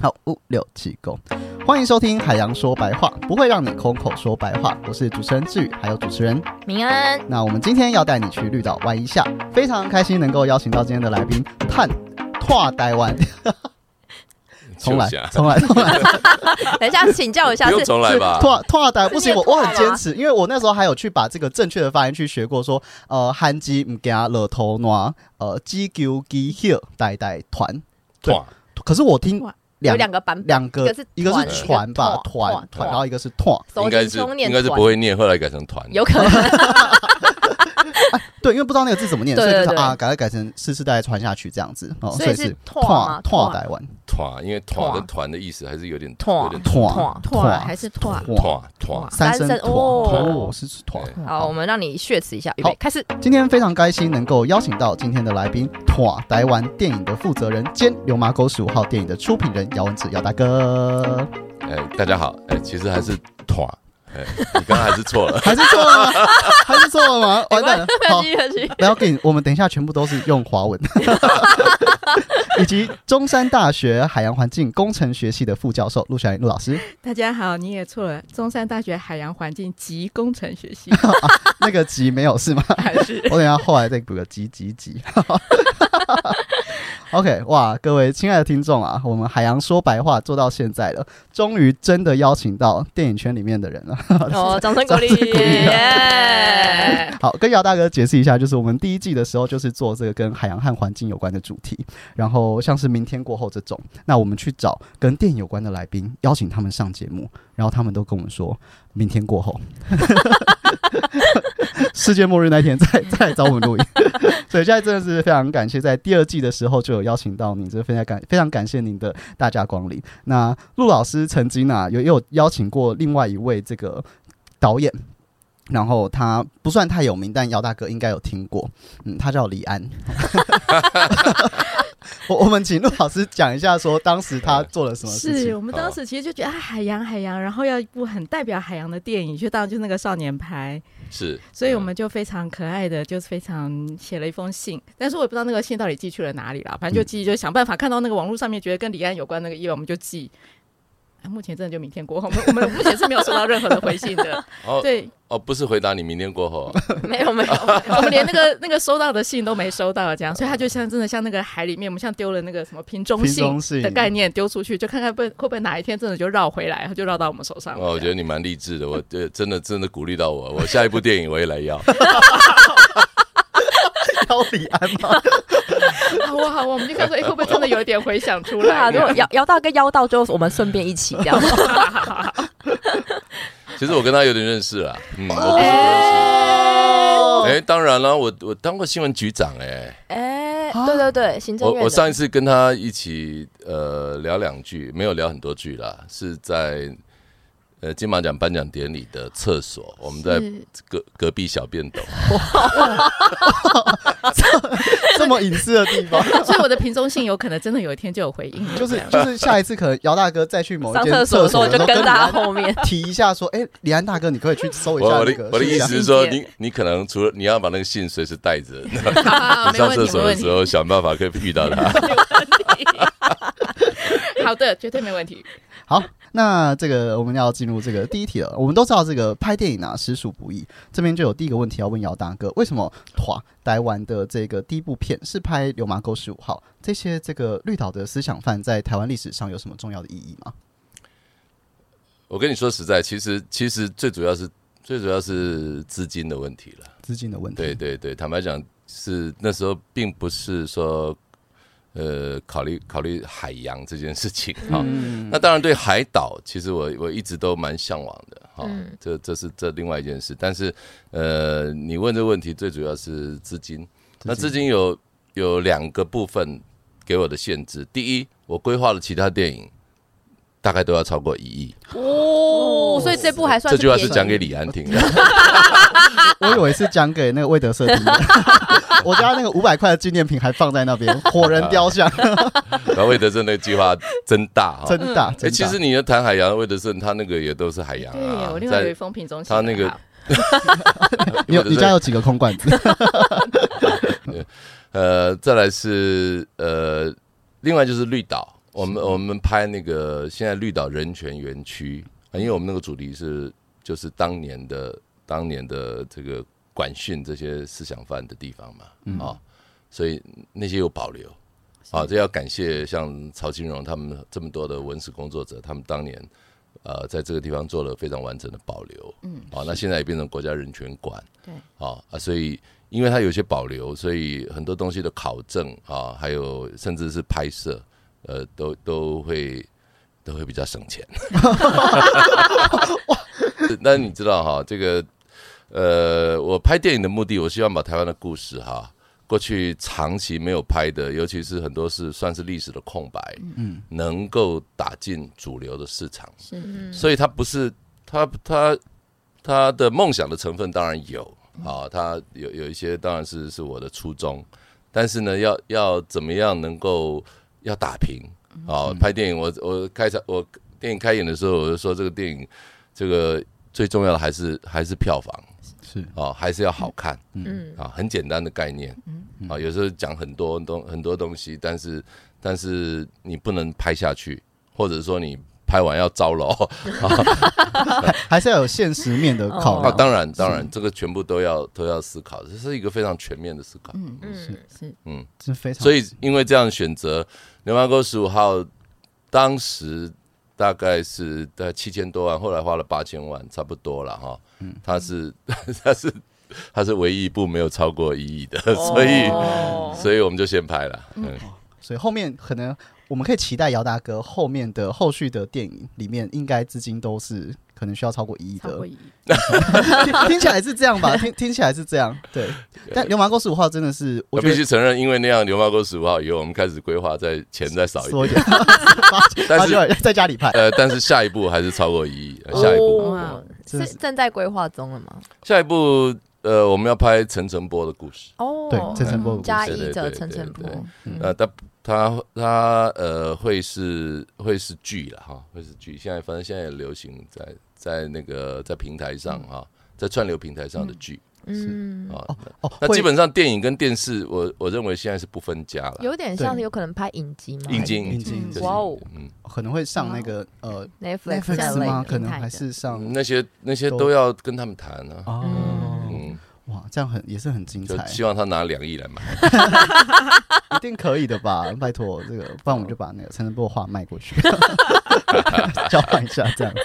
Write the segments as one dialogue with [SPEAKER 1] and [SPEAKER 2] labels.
[SPEAKER 1] 好，五六七公，欢迎收听《海洋说白话》，不会让你空口说白话。我是主持人志宇，还有主持人。
[SPEAKER 2] 明恩，
[SPEAKER 1] 那我们今天要带你去绿岛玩一下，非常开心能够邀请到今天的来宾探跨台湾，重来
[SPEAKER 3] 就这样，
[SPEAKER 1] 重来，重来。
[SPEAKER 2] 等一下请教一下
[SPEAKER 3] 不
[SPEAKER 2] 是
[SPEAKER 3] 用重来吧？
[SPEAKER 1] 拓拓台不行，我
[SPEAKER 2] 是念拓
[SPEAKER 1] 我
[SPEAKER 2] 台
[SPEAKER 1] 很坚持，因为我那时候还有去把这个正确的发音去学过说，呃，韩基唔加了头暖，呃，G Q G Hill 代代团。对
[SPEAKER 3] 拓
[SPEAKER 1] 可是我听
[SPEAKER 2] 哇有
[SPEAKER 1] 两
[SPEAKER 2] 两个版本，
[SPEAKER 1] 两个
[SPEAKER 2] 一个是，
[SPEAKER 1] 一个
[SPEAKER 2] 团
[SPEAKER 1] 是船吧，
[SPEAKER 2] 一个
[SPEAKER 1] 团
[SPEAKER 2] 团
[SPEAKER 1] 团，
[SPEAKER 2] 团
[SPEAKER 1] 然后一个是团。
[SPEAKER 2] 熟
[SPEAKER 3] 应该
[SPEAKER 2] 龄
[SPEAKER 3] 是
[SPEAKER 2] 中年
[SPEAKER 3] 应该是不
[SPEAKER 2] 团
[SPEAKER 3] 会念，后来改成团。
[SPEAKER 2] 有可能
[SPEAKER 1] 对，因为不知道那个字怎么念，
[SPEAKER 2] 对
[SPEAKER 1] 所以就是
[SPEAKER 2] 对对
[SPEAKER 1] 啊，改改成世世代代传下去这样子哦，
[SPEAKER 2] 所
[SPEAKER 1] 所
[SPEAKER 2] 以
[SPEAKER 1] 以
[SPEAKER 2] 是
[SPEAKER 1] 是
[SPEAKER 2] 拓吗
[SPEAKER 1] 拓
[SPEAKER 2] 拓
[SPEAKER 1] 台湾
[SPEAKER 3] 团，因为团
[SPEAKER 2] 拓
[SPEAKER 3] 跟团的意思还是有点
[SPEAKER 2] 拓
[SPEAKER 3] 有点
[SPEAKER 1] 拓
[SPEAKER 2] 拓拓
[SPEAKER 1] 拓
[SPEAKER 2] 还是拓。
[SPEAKER 1] 拓
[SPEAKER 3] 团团。
[SPEAKER 1] 三
[SPEAKER 2] 三
[SPEAKER 1] 声
[SPEAKER 2] 声
[SPEAKER 1] 拓
[SPEAKER 2] 哦
[SPEAKER 1] 哦，是拓。
[SPEAKER 3] 对
[SPEAKER 2] 好，我们让你血耻一下，预备
[SPEAKER 1] 好
[SPEAKER 2] 开始。
[SPEAKER 1] 今天非常开心能够邀请到今天的来宾，哇！台湾电影的负责人兼《流麻沟十五号》电影的出品人姚文志姚大 哥，。
[SPEAKER 3] 哎，大家好，哎，其实还是团。哎，你刚刚还是错了
[SPEAKER 1] 还是错了 吗？还是错了吗？完蛋了！好
[SPEAKER 2] 继，续继续。
[SPEAKER 1] 不要紧，我们等一下全部都是用华 文，以及中山大学海洋环境工程学系的副教授陆小颖陆老师。
[SPEAKER 4] 大家好，你也错了，中山大学海洋环境及工程学系
[SPEAKER 1] 那个集没有是吗？
[SPEAKER 4] 还是
[SPEAKER 1] 我等一下后来再补个集集集。OK，哇，各位亲爱的听众啊，我们海洋说白话做到现在了，终于真的邀请到电影圈里面的人了。
[SPEAKER 2] 哦，掌声鼓励
[SPEAKER 1] 掌声鼓 励！
[SPEAKER 2] 耶
[SPEAKER 1] 好，跟姚大哥解释一下，就是我们第一季的时候就是做这个跟海洋和环境有关的主题，然后像是明天过后这种，那我们去找跟电影有关的来宾，邀请他们上节目，然后他们都跟我们说，明天过后， 世界末日那天再再来找我们录音。 所以现在真的是非常感谢，在第二季的时候就有邀请到您，这非常感非常感谢您的大驾光临。那陆老师曾经啊，有也有邀请过另外一位这个导演。然后他不算太有名，但姚大哥应该有听过。嗯，他叫李安。 我我们请陆老师讲一下，说当时他做了什么事
[SPEAKER 4] 是
[SPEAKER 1] 情。
[SPEAKER 4] 我们当时其实就觉得啊，海洋海洋，然后要一部很代表海洋的电影，就当然就是那个少年派，
[SPEAKER 3] 是，
[SPEAKER 4] 所以我们就非常可爱的，就是非常写了一封信，但是我也不知道那个信到底寄去了哪里啦，反正就寄，就想办法看到那个网络上面觉得跟李安有关那个页，我们就寄。啊、目前真的就明天过后，我们我们目前是没有收到任何的回信的。
[SPEAKER 3] 哦
[SPEAKER 4] 对，
[SPEAKER 3] 哦，不是回答你明天过后，
[SPEAKER 2] 没有没有，
[SPEAKER 4] 我们连那个那个收到的信都没收到，这样，所以他就像真的像那个海里面，我们像丢了那个什么瓶中
[SPEAKER 1] 瓶
[SPEAKER 4] 信
[SPEAKER 1] 中信
[SPEAKER 4] 的概念丢出去，就看看会会不会哪一天真的就绕回来，它就绕到我们手上了。
[SPEAKER 3] 哦，我觉得你蛮励志的，我呃真的真的鼓励到我，我下一部电影我也来要。
[SPEAKER 1] 邀李安吗？
[SPEAKER 4] 得好啊好啊，我们就看说，哎、会不会真的有一点回响出
[SPEAKER 2] 对啊，
[SPEAKER 4] 来？
[SPEAKER 2] 如 果邀邀到跟邀到，就我们顺便一起这 样。
[SPEAKER 3] 其实我跟他有点认识啦，嗯，我不是不认识。
[SPEAKER 2] 哎
[SPEAKER 3] 哎，当然了，我我当过新闻局长哎。
[SPEAKER 2] 哎，对对对，行政
[SPEAKER 3] 我
[SPEAKER 2] 院
[SPEAKER 3] 我
[SPEAKER 2] 的
[SPEAKER 3] 上一次跟他一起呃聊两句，没有聊很多句啦，是在呃金马奖颁奖典礼的厕所，我们在
[SPEAKER 4] 是
[SPEAKER 3] 隔隔壁小便斗。
[SPEAKER 1] 这么隐私的地方。
[SPEAKER 4] 所以我的瓶中信有可能真的有一天就有回应了，
[SPEAKER 1] 就是就是下一次可能姚大哥再去某一
[SPEAKER 2] 上
[SPEAKER 1] 间
[SPEAKER 2] 厕所的时
[SPEAKER 1] 所
[SPEAKER 2] 候
[SPEAKER 1] 的时
[SPEAKER 2] 就
[SPEAKER 1] 候
[SPEAKER 2] 跟
[SPEAKER 1] 跟
[SPEAKER 2] 大家
[SPEAKER 1] 李安
[SPEAKER 2] 后面。
[SPEAKER 1] 提一下说，哎、李安大哥，你可以去搜一
[SPEAKER 3] 我
[SPEAKER 1] 下
[SPEAKER 3] 我
[SPEAKER 1] 那
[SPEAKER 3] 的
[SPEAKER 1] 个啊
[SPEAKER 3] 我的意
[SPEAKER 1] 信
[SPEAKER 3] 思
[SPEAKER 1] 箱
[SPEAKER 3] 是说，
[SPEAKER 4] 信件
[SPEAKER 3] 你你可能除了你要把那个信随时带 着，你
[SPEAKER 4] 好好啊好没
[SPEAKER 3] 上
[SPEAKER 4] 问
[SPEAKER 3] 厕
[SPEAKER 4] 题，没
[SPEAKER 3] 所的
[SPEAKER 4] 问
[SPEAKER 3] 时
[SPEAKER 4] 题。
[SPEAKER 3] 候想办法可以遇到他。
[SPEAKER 4] 好的，绝对没问题。
[SPEAKER 1] 好，那这个我们要进入这个第一题了。我们都知道这个拍电影啊，实属不易。这边就有第一个问题要问姚大哥，为什么哇，台湾的这个第一部片是拍《流麻沟十五号》？这些这个绿岛的思想犯在台湾历史上有什么重要的意义吗？
[SPEAKER 3] 我跟你说实在，其实其实最主要是最主要是资金的问题了。
[SPEAKER 1] 资金的问题，
[SPEAKER 3] 对对对，坦白讲是那时候并不是说呃考虑考虑海洋这件事情哈。
[SPEAKER 1] 嗯，
[SPEAKER 3] 那当然，对海岛，其实我我一直都蛮向往的哈、
[SPEAKER 2] 嗯
[SPEAKER 3] 这这是这另外一件事，但是呃，你问这个问题最主要是资金。那资金有有两个部分给我的限制，第一，我规划的其他电影大概都要超过一亿。
[SPEAKER 2] 哦，所以这部还算
[SPEAKER 3] 这
[SPEAKER 2] 是
[SPEAKER 3] 句话
[SPEAKER 2] 别
[SPEAKER 3] 是
[SPEAKER 2] 的
[SPEAKER 3] 讲给李安听的。
[SPEAKER 1] 我以为是讲给那个魏德社听的。 我家那个五百块的纪念品还放在那 边，火人雕像，
[SPEAKER 3] 然后魏德胜那个计划真大哈。
[SPEAKER 1] 真大。
[SPEAKER 3] 哎，
[SPEAKER 1] 啊真
[SPEAKER 3] 其
[SPEAKER 1] 大
[SPEAKER 3] 实你要谈海洋，魏德胜他那个也都是海洋
[SPEAKER 4] 对，
[SPEAKER 3] 啊
[SPEAKER 4] 我，另外有一
[SPEAKER 3] 在
[SPEAKER 4] 封瓶中信，
[SPEAKER 3] 他那个
[SPEAKER 4] 好
[SPEAKER 1] 你有你家有几个空罐子？
[SPEAKER 3] 呃，再来是呃，另外就是绿岛，我们我们拍那个现在绿岛人权园区，啊因为我们那个主题是就是当年的当年的这个管训这些思想犯的地方嘛，啊、所以那些有保留，啊，这要感谢像曹金荣他们这么多的文史工作者，他们当年呃在这个地方做了非常完整的保留，嗯，啊，那现在也变成国家人权馆，
[SPEAKER 4] 对，
[SPEAKER 3] 啊啊，所以因为它有些保留，所以很多东西的考证啊，还有甚至是拍摄，呃，都都会都会比较省钱。 那你知道哈，这个呃，我拍电影的目的，我希望把台湾的故事哈。过去长期没有拍的，尤其是很多是算是历史的空白，嗯，能够打进主流的市场，
[SPEAKER 4] 是
[SPEAKER 3] 所以他不是他他他的梦想的成分当然有啊，他有有一些当然是是我的初衷，但是呢，要要怎么样能够要打平啊？拍电影，我我开场我电影开演的时候，我就说这个电影这个最重要的还是还是票房
[SPEAKER 1] 是
[SPEAKER 3] 啊，还是要好看。
[SPEAKER 2] 嗯，
[SPEAKER 3] 啊，很简单的概念，啊，有时候讲很多东很多东西，但是但是你不能拍下去，或者说你拍完要招楼
[SPEAKER 1] 还是要有现实面的考
[SPEAKER 3] 啊，
[SPEAKER 1] 量。
[SPEAKER 3] 当然当然，这个全部都要都要思考，这是一个非常全面的思考。
[SPEAKER 4] 嗯
[SPEAKER 2] 嗯
[SPEAKER 4] 是
[SPEAKER 3] 嗯，
[SPEAKER 1] 是非常，
[SPEAKER 3] 所以因为这样选择，流氓沟十五号当时大概是在七千多万，后来花了八千万，差不多了哈。嗯，它是 它是它是唯一一部没有超过一亿的， 所以。
[SPEAKER 2] 哦
[SPEAKER 3] 所以我们就先拍了，哦嗯，
[SPEAKER 1] 所以后面可能我们可以期待姚大哥后面的后续的电影里面，应该资金都是可能需要超过一亿
[SPEAKER 4] 超
[SPEAKER 1] 的
[SPEAKER 4] 过。一亿，
[SPEAKER 1] 听 听起来是这样吧？听听起来是这样。对，但流氓公十五号真的是，
[SPEAKER 3] 我
[SPEAKER 1] 我觉
[SPEAKER 3] 必须
[SPEAKER 1] 得
[SPEAKER 3] 承认，因为那样牛毛沟十五号以后，我们开始规划在钱再少一
[SPEAKER 1] 说
[SPEAKER 3] 点，
[SPEAKER 1] 一点，
[SPEAKER 3] 但
[SPEAKER 1] 他
[SPEAKER 3] 是
[SPEAKER 1] 就在家里拍。
[SPEAKER 3] 呃，但是下一步还是超过一亿，呃下一步，
[SPEAKER 2] 哦
[SPEAKER 1] 真
[SPEAKER 2] 是
[SPEAKER 1] 的
[SPEAKER 2] 正在规划中了吗？
[SPEAKER 3] 下一步呃，我们要拍陈诚波的故事，
[SPEAKER 2] 哦，
[SPEAKER 1] 对陈诚波的故事
[SPEAKER 2] 加一
[SPEAKER 3] 对对
[SPEAKER 2] 者
[SPEAKER 3] 对
[SPEAKER 2] 陈诚波嗯
[SPEAKER 3] 对，呃，他他他呃会是会是剧了哈，会是剧，现在反正现在也流行在在那个在平台上哈，在串流平台上的剧
[SPEAKER 2] 嗯，
[SPEAKER 3] 啊，
[SPEAKER 1] 哦，
[SPEAKER 3] 那
[SPEAKER 1] 会
[SPEAKER 3] 基本上电影跟电视，我我认为现在是不分家了，
[SPEAKER 2] 有点像是有可能拍影集吗？
[SPEAKER 3] 引进
[SPEAKER 1] 引进
[SPEAKER 3] 就是
[SPEAKER 2] 哇哦
[SPEAKER 3] 嗯。
[SPEAKER 1] 嗯可能会上那个呃
[SPEAKER 2] Netflix 那
[SPEAKER 1] Netflix
[SPEAKER 2] 类
[SPEAKER 1] 吗
[SPEAKER 2] 的？
[SPEAKER 1] 可能
[SPEAKER 2] 平台
[SPEAKER 1] 还
[SPEAKER 2] 的
[SPEAKER 1] 是上
[SPEAKER 3] 嗯那些那些
[SPEAKER 1] 都
[SPEAKER 3] 都要跟他们谈啊。
[SPEAKER 1] 哦，
[SPEAKER 3] 嗯，
[SPEAKER 1] 哇，这样很也是很精
[SPEAKER 3] 就
[SPEAKER 1] 彩，
[SPEAKER 3] 希望他拿两亿来买。
[SPEAKER 1] 一定可以的吧？拜托，这个不然我们就把那个陈晨波的画卖过去，交换一下这样子。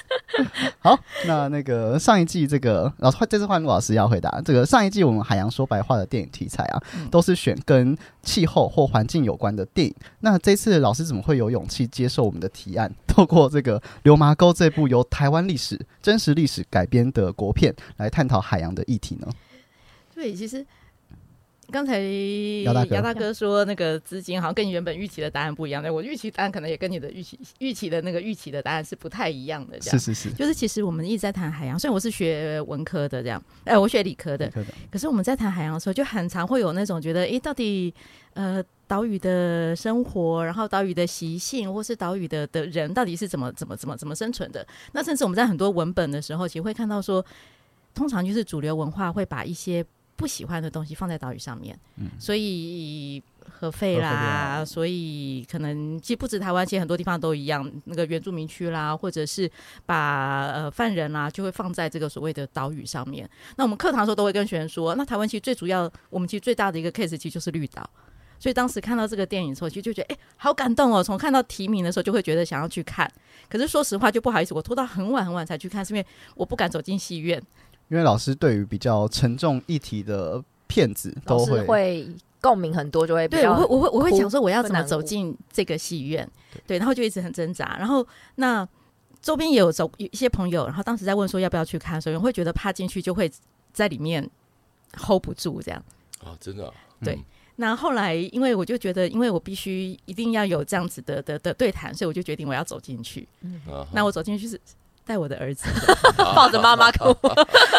[SPEAKER 1] 好，那那个上一季这个，然后这次换陆老师要回答这个上一季我们海洋说白话的电影题材啊，都是选跟气候或环境有关的电影。那这次老师怎么会有勇气接受我们的提案，透过这个《流麻沟》这部由台湾历史真实历史改编的国片来探讨海洋的议题呢？
[SPEAKER 4] 对，其实刚才
[SPEAKER 1] 姚大哥
[SPEAKER 4] 说那个资金好像跟你原本预期的答案不一样，对我预期答案可能也跟你的预期预期的那个预期的答案是不太一样的，
[SPEAKER 1] 是
[SPEAKER 4] 这样。
[SPEAKER 1] 是是，
[SPEAKER 4] 就是其实我们一直在谈海洋，虽然我是学文科的这样，哎、我学理科的，
[SPEAKER 1] 可的
[SPEAKER 4] 可是我们在谈海洋的时候，就很常会有那种觉得，诶，到底呃岛屿的生活，然后岛屿的习性，或是岛屿的的人，到底是怎么怎么怎么怎么生存的？那甚至我们在很多文本的时候，其实会看到说，通常就是主流文化会把一些不喜欢的东西放在岛屿上面，所以。核废
[SPEAKER 1] 核废
[SPEAKER 4] 啦，
[SPEAKER 1] 啦
[SPEAKER 4] 所以可能其实不止台湾，其实很多地方都一样。那个原住民区啦，或者是把呃犯人啦，就会放在这个所谓的岛屿上面。那我们课堂的时候都会跟学生说，那台湾其实最主要，我们其实最大的一个 case 其实就是绿岛。所以当时看到这个电影的时候，其实就觉得哎、诶好感动哦！从看到提名的时候，就会觉得想要去看。可是说实话，就不好意思，我拖到很晚很晚才去看，是因为我不敢走进戏院。
[SPEAKER 1] 因为老师对于比较沉重议题的片子都
[SPEAKER 2] 老师
[SPEAKER 1] 会，
[SPEAKER 2] 会共鸣很多，就会比
[SPEAKER 4] 对，
[SPEAKER 2] 较
[SPEAKER 4] 我会我会我会
[SPEAKER 2] 哭
[SPEAKER 4] 想说我要怎么
[SPEAKER 2] 难
[SPEAKER 4] 走
[SPEAKER 2] 过
[SPEAKER 4] 进这个戏院，对，然后就一直很挣扎。然后那周边也有走有一些朋友，然后当时在问说要不要去看，所以我会觉得怕进去就会在里面 hold 不住这样。
[SPEAKER 3] 哦，真的啊、
[SPEAKER 4] 对
[SPEAKER 3] 嗯
[SPEAKER 4] 那后来，因为我就觉得，因为我必须一定要有这样子的的的对谈，所以我就决定我要走进去。
[SPEAKER 3] 啊哈
[SPEAKER 4] 那我走进去是带我的儿子，
[SPEAKER 2] 抱着妈妈哭。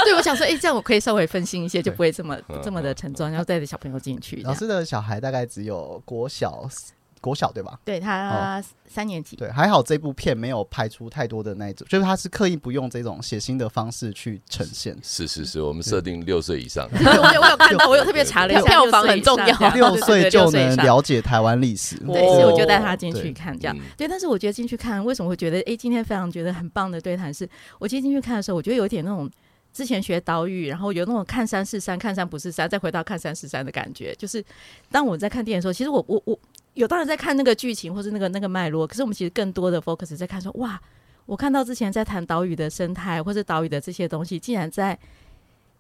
[SPEAKER 4] 对我想说，哎、这样我可以稍微分心一些，就不会这么
[SPEAKER 3] 嗯
[SPEAKER 4] 这么的沉重，然后带着小朋友进去这
[SPEAKER 1] 老
[SPEAKER 4] 样。
[SPEAKER 1] 师的小孩大概只有国小国小对吧？
[SPEAKER 4] 对他三年级，
[SPEAKER 1] 对，还好这部片没有拍出太多的那一种，就是他是刻意不用这种血腥的方式去呈现。
[SPEAKER 3] 是是是，我们设定六岁以上。
[SPEAKER 4] 对我有我有看到，我有特别查了一下，
[SPEAKER 2] 票房很重要
[SPEAKER 1] 六岁就能
[SPEAKER 4] 聊，
[SPEAKER 1] 了解台湾历史，
[SPEAKER 4] 对，所以我就带他进
[SPEAKER 1] 对
[SPEAKER 4] 去看这样。
[SPEAKER 3] 嗯
[SPEAKER 4] 对，但是我觉得进去看，为什么会觉得诶，今天非常觉得很棒的对谈是？我今天进去看的时候，我觉得有点那种之前学岛屿，然后有那种看山是山，看山不是山，再回到看山是山的感觉。就是当我在看电影的时候，其实我我我有当然在看那个剧情或是那个那个脉络，可是我们其实更多的 focus 在看说哇，我看到之前在谈岛屿的生态或是岛屿的这些东西，竟然在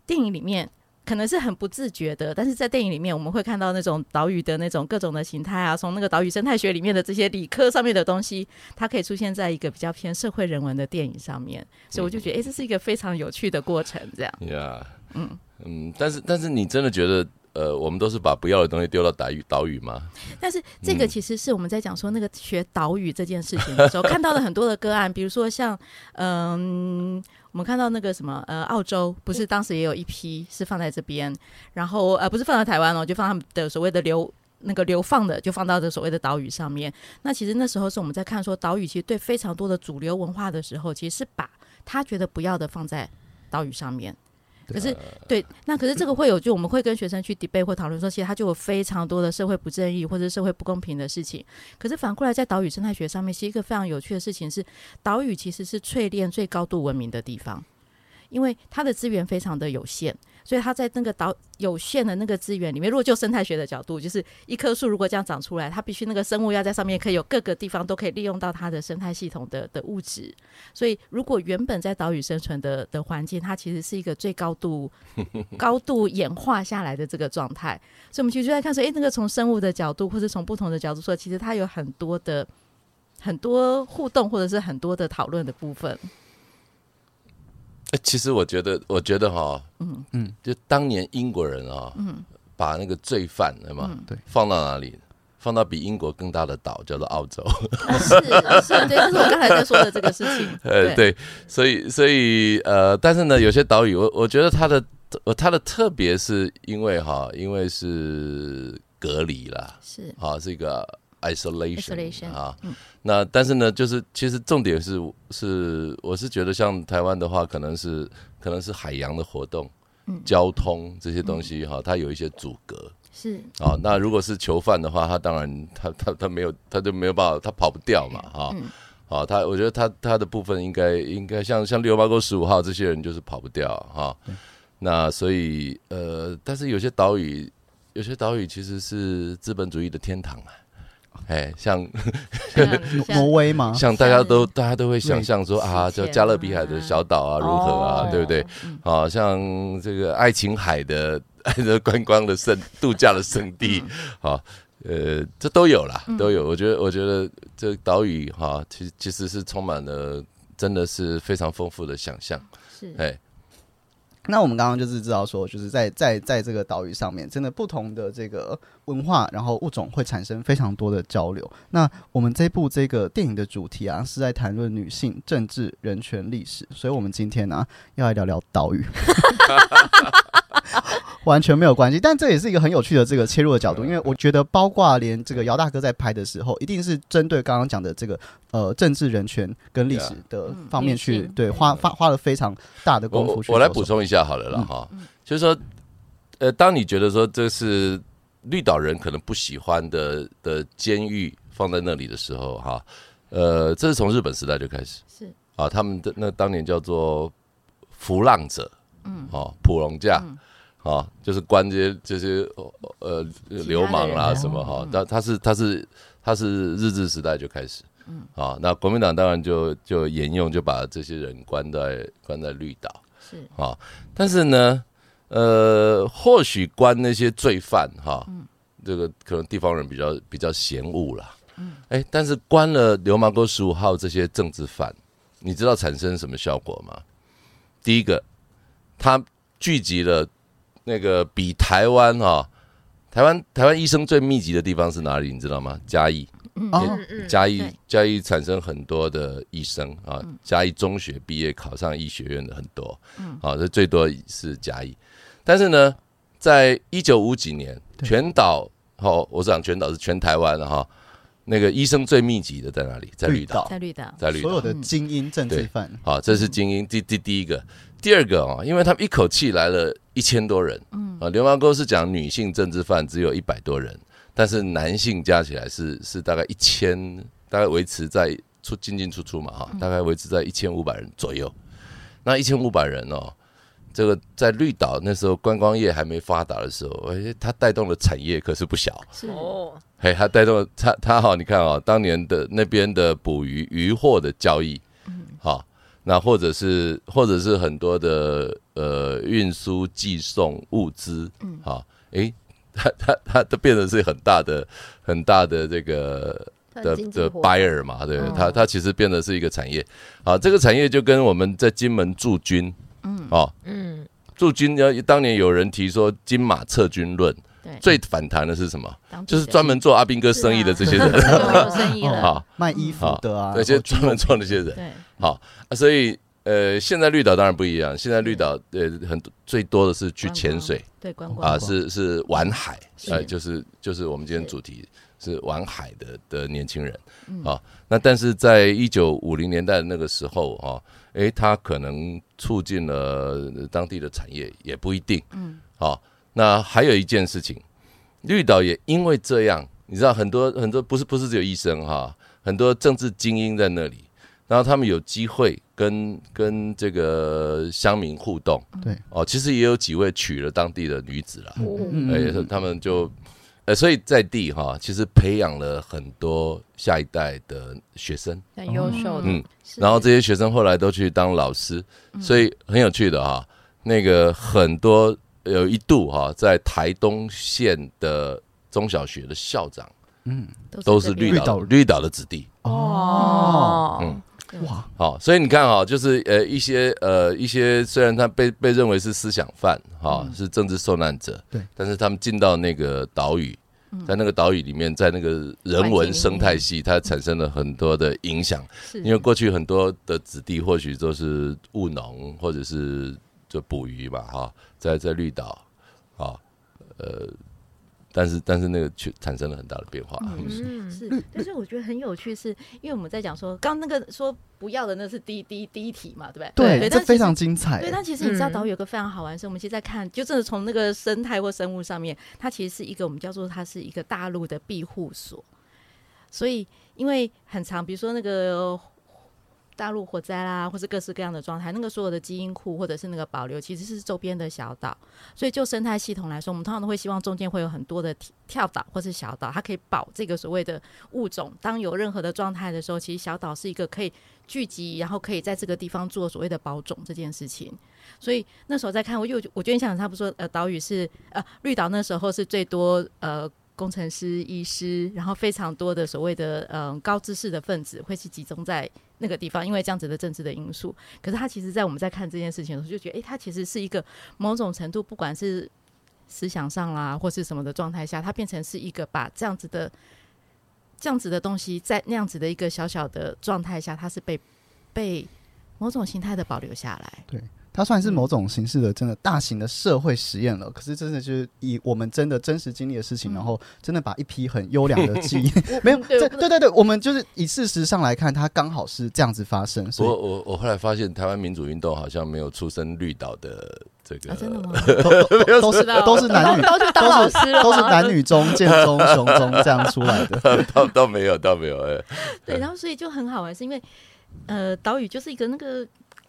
[SPEAKER 4] 电影里面。可能是很不自觉的，但是在电影里面我们会看到那种岛屿的那种各种的形态啊，从那个岛屿生态学里面的这些理科上面的东西，它可以出现在一个比较偏社会人文的电影上面，所以我就觉得，哎、这是一个非常有趣的过程，这样。
[SPEAKER 3] 呀，嗯嗯，但是但是你真的觉得，呃，我们都是把不要的东西丢到岛屿岛屿吗？
[SPEAKER 4] 但是这个
[SPEAKER 3] 嗯
[SPEAKER 4] 其实是我们在讲说那个学岛屿这件事情的时候，看到了很多的个案，比如说像嗯。我们看到那个什么，呃，澳洲不是当时也有一批是放在这边，然后呃，不是放在台湾哦，就放他们的所谓的流那个流放的，就放到这所谓的岛屿上面。那其实那时候是我们在看说岛屿其实对非常多的主流文化的时候，其实是把他觉得不要的放在岛屿上面。可是，对，那可是这个会有，就我们会跟学生去 debate 或讨论说，其实它就有非常多的社会不正义或者社会不公平的事情。可是反过来，在岛屿生态学上面，是一个非常有趣的事情是，岛屿其实是淬炼最高度文明的地方，因为它的资源非常的有限，所以它在那个岛有限的那个资源里面，如果就生态学的角度，就是一棵树如果这样长出来，它必须那个生物要在上面可以有各个地方都可以利用到它的生态系统的的物质。所以，如果原本在岛屿生存的的环境，它其实是一个最高度高度演化下来的这个状态。所以，我们其实就在看说，诶，那个从生物的角度，或是从不同的角度说，其实它有很多的很多互动，或者是很多的讨论的部 分。
[SPEAKER 3] 呃其实我觉得，我觉得哈，嗯嗯，就当年英国人啊，嗯，把那个罪犯，对吗？
[SPEAKER 1] 对
[SPEAKER 3] 放到哪里？放到比英国更大的岛，叫做澳洲。
[SPEAKER 4] 是是，对，这是我刚才在说的这个事情。
[SPEAKER 3] 呃，，对，所以所以呃，但是呢，有些岛屿，我我觉得它的呃它的特别是因为哈，因为是隔离啦，
[SPEAKER 4] 是
[SPEAKER 3] 啊，是一个 isolation,
[SPEAKER 4] Isolation，嗯
[SPEAKER 3] 啊。那但是呢，就是其实重点是是，我是觉得像台湾的话，可能是可能是海洋的活动、
[SPEAKER 4] 嗯
[SPEAKER 3] 交通这些东西哈、它有一些阻隔。
[SPEAKER 4] 是
[SPEAKER 3] 啊，那如果是囚犯的话，他当然他他他没有他就没有办法，他跑不掉嘛，哈、啊。他我觉得他他的部分应该应该像像六八沟十五号这些人就是跑不掉哈、那所以呃，但是有些岛屿，有些岛屿其实是资本主义的天堂啊。哎，像
[SPEAKER 1] 挪挪威吗？
[SPEAKER 3] 像大家都大家都会想
[SPEAKER 1] 瑞
[SPEAKER 3] 象说啊，
[SPEAKER 4] 世界
[SPEAKER 3] 叫加勒比海的
[SPEAKER 4] 啊
[SPEAKER 3] 小岛啊，如何啊，
[SPEAKER 2] 哦
[SPEAKER 3] 对不对？啊，像这个爱琴海的 爱的观光的圣度假的圣地，啊，呃，这都有啦，都有。我觉得，我觉得这岛屿哈，其实其实是充满了真的是非常丰富的想象。
[SPEAKER 4] 是
[SPEAKER 3] 哎，
[SPEAKER 1] 那我们刚刚就是知道说，就是在在在这个岛屿上面，真的不同的这个文化，然后物种会产生非常多的交流。那我们这部这个电影的主题啊，是在谈论女性、政治、人权、历史，所以我们今天呢、要来聊聊岛屿。完全没有关系，但这也是一个很有趣的这个切入的角度，因为我觉得，包括连这个姚大哥在拍的时候，一定是针对刚刚讲的这个呃政治、人权跟历史的方面去、
[SPEAKER 4] 女性
[SPEAKER 1] 对花花花了非常大的
[SPEAKER 3] 我
[SPEAKER 1] 功夫
[SPEAKER 3] 我
[SPEAKER 1] 去着手。
[SPEAKER 3] 我来补充一下好了啦
[SPEAKER 1] 嗯
[SPEAKER 3] 哈，就是说，呃，当你觉得说这是绿岛人可能不喜欢的的监狱放在那里的时候哈，呃，这是从日本时代就开始。
[SPEAKER 4] 是
[SPEAKER 3] 啊，他们的那当年叫做浮浪者，嗯，哦，普隆架，啊，就是关这些这些呃流氓啦、
[SPEAKER 4] 人
[SPEAKER 3] 什么哈，但他是他是他是日治时代就开始，嗯，啊，那国民党当然就就沿用就把这些人关在关在绿岛，
[SPEAKER 4] 是
[SPEAKER 3] 啊，但是呢，呃，或许关那些罪犯哈，这个可能地方人比较比较嫌恶啦。哎、但是关了流氓沟十五号这些政治犯，你知道产生什么效果吗？第一个，他聚集了那个比台湾哈、台湾台湾医生最密集的地方是哪里？你知道吗？嘉义，
[SPEAKER 4] 嗯
[SPEAKER 1] 哦，
[SPEAKER 3] 嘉义
[SPEAKER 4] 对
[SPEAKER 3] 嘉义产生很多的医生啊，嘉义中学毕业考上医学院的很多，啊，这最多是嘉义。但是呢，在一九五几年，全岛哦，我想全岛是全台湾了哈，那个医生最密集的在哪里？在绿岛，
[SPEAKER 4] 在绿岛，
[SPEAKER 3] 在绿
[SPEAKER 1] 哦所
[SPEAKER 3] 岛
[SPEAKER 1] 有。的精英政治犯，
[SPEAKER 3] 好，啊这是精英第第第一个，第二个哦，因为他们一口气来了一千多人，嗯，啊，流氓沟是讲女性政治犯只有一百多人，但是男性加起来是是大概一千，大概维持在出进进出出嘛哈，大概维持在一千五百人左右。那一千五百人哦，这个在绿岛那时候观光业还没发达的时候，哎，它带动的产业可是不小。
[SPEAKER 4] 是
[SPEAKER 2] 哦，
[SPEAKER 3] 嘿，他带动他他哈、你看啊、当年的那边的捕鱼渔获的交易，好、那或者是或者是很多的呃运输寄送物资，好、诶，他他他他变成是很大的很大的这个
[SPEAKER 2] 呃
[SPEAKER 3] 的的 buyer 嘛，对，它它其实变得是一个产业，啊，这个产业就跟我们在金门驻军，嗯，哦，
[SPEAKER 2] 嗯，
[SPEAKER 3] 驻军要当年有人提说金马撤军论，
[SPEAKER 4] 对，
[SPEAKER 3] 最反弹的是什么？
[SPEAKER 4] 当地
[SPEAKER 3] 就是
[SPEAKER 4] 的
[SPEAKER 3] 专门做阿兵哥生意的这些人，
[SPEAKER 4] 有有生意 了，
[SPEAKER 3] 好，
[SPEAKER 1] 卖衣服的啊，
[SPEAKER 3] 那哦些专门做那些人，
[SPEAKER 4] 对，
[SPEAKER 3] 好，啊所以呃，现在绿岛当然不一样，现在绿岛呃很多最多的是去潜水
[SPEAKER 4] 对观光
[SPEAKER 3] 啊，是是玩海，
[SPEAKER 4] 是
[SPEAKER 3] 呃，就是就是我们今天主题是玩海的的年轻人
[SPEAKER 4] 嗯
[SPEAKER 3] 啊，那但是在一九五零年代的那个时候啊，诶，它可能促进了当地的产业，也不一定，嗯，好，那还有一件事情，绿岛也因为这样，你知道很多很多不是不是只有医生哈，很多政治精英在那里，然后他们有机会跟跟这个乡民互动，
[SPEAKER 1] 对，
[SPEAKER 3] 哦，其实也有几位娶了当地的女子啦，
[SPEAKER 1] 嗯
[SPEAKER 3] 哎、他们就，呃，所以在地哈，其实培养了很多下一代的学生，
[SPEAKER 2] 很
[SPEAKER 4] 哦
[SPEAKER 2] 优秀的，
[SPEAKER 3] 嗯，然后这
[SPEAKER 4] 些
[SPEAKER 3] 些学生后来都去当老师，所以很有趣的哈、那个很多有一度哈、在台东县的中小学的校长都是绿岛
[SPEAKER 1] 绿岛
[SPEAKER 3] 绿岛的子弟，
[SPEAKER 1] 哦，
[SPEAKER 3] 嗯，
[SPEAKER 1] 哇，
[SPEAKER 3] 好、所以你看哈、就是呃一些呃一些虽然他被被认为是思想犯哈、是政治受难者，
[SPEAKER 1] 对，
[SPEAKER 3] 但是他们进到那个岛屿。在那个岛屿里面，在那个人文生态系，它产生了很多的影响。
[SPEAKER 4] 嗯
[SPEAKER 3] 因为过去很多的子弟或许都是务农或者是就捕鱼嘛，哈、在在绿岛啊，呃，但是但是那个却产生了很大的变化。
[SPEAKER 2] 嗯，
[SPEAKER 4] 是，但是我觉得很有趣是，因为我们在讲说，刚刚那个说不要的那是第一第一第一题嘛，对不对？
[SPEAKER 1] 对，这
[SPEAKER 4] 但
[SPEAKER 1] 非
[SPEAKER 4] 其实
[SPEAKER 1] 常精彩
[SPEAKER 4] 对，，但其实你知道岛屿有个非常好玩的是，我们其实在看，就真的从那个生态或生物上面，它其实是一个我们叫做它是一个大陆的庇护所，所以因为很长，比如说那个。大陆火灾啦，或是各式各样的状态，那个所有的基因库或者是那个保留，其实是周边的小岛，所以就生态系统来说，我们通常都会希望中间会有很多的跳跳岛或是小岛，它可以保这个所谓的物种。当有任何的状态的时候，其实小岛是一个可以聚集，然后可以在这个地方做所谓的保种这件事情。所以那时候在看，我就我觉得想他不说，呃，岛屿是呃绿岛那时候是最多呃工程师、医师，然后非常多的所谓的嗯、呃高知识的分子会去集中在那个地方，因为这样子的政治的因素。可是他其实，在我们在看这件事情的时候，就觉得，诶，他其实是一个某种程度，不管是思想上啦，或是什么的状态下，它变成是一个把这样子的。这样子的东西，在那样子的一个小小的状态下，它是被被某种形态的保留下来。
[SPEAKER 1] 它算是
[SPEAKER 4] 嗯
[SPEAKER 1] 某种形式的真的大型的社会实验了。可是真的就是以我们真的真实经历的事情，
[SPEAKER 4] 嗯
[SPEAKER 1] 然后真的把一批很优 良的记忆，没有，
[SPEAKER 4] 对
[SPEAKER 1] 这
[SPEAKER 4] 我不
[SPEAKER 1] 对对对，我们就是以事实上来看，它刚好是这样子发生，
[SPEAKER 3] 我
[SPEAKER 1] 所
[SPEAKER 3] 我我后来发现，台湾民主运动好像没有出身绿岛的这个，
[SPEAKER 4] 啊，真的吗？
[SPEAKER 1] 以都都都是
[SPEAKER 4] 知道
[SPEAKER 1] 都是男女
[SPEAKER 2] 都去当老师了，
[SPEAKER 1] 都是男女中、剑 中、雄中这样出来的。
[SPEAKER 3] 倒倒没有，倒没有。哎
[SPEAKER 4] 对，然后所以就很好玩，是因为呃，岛屿就是一个那个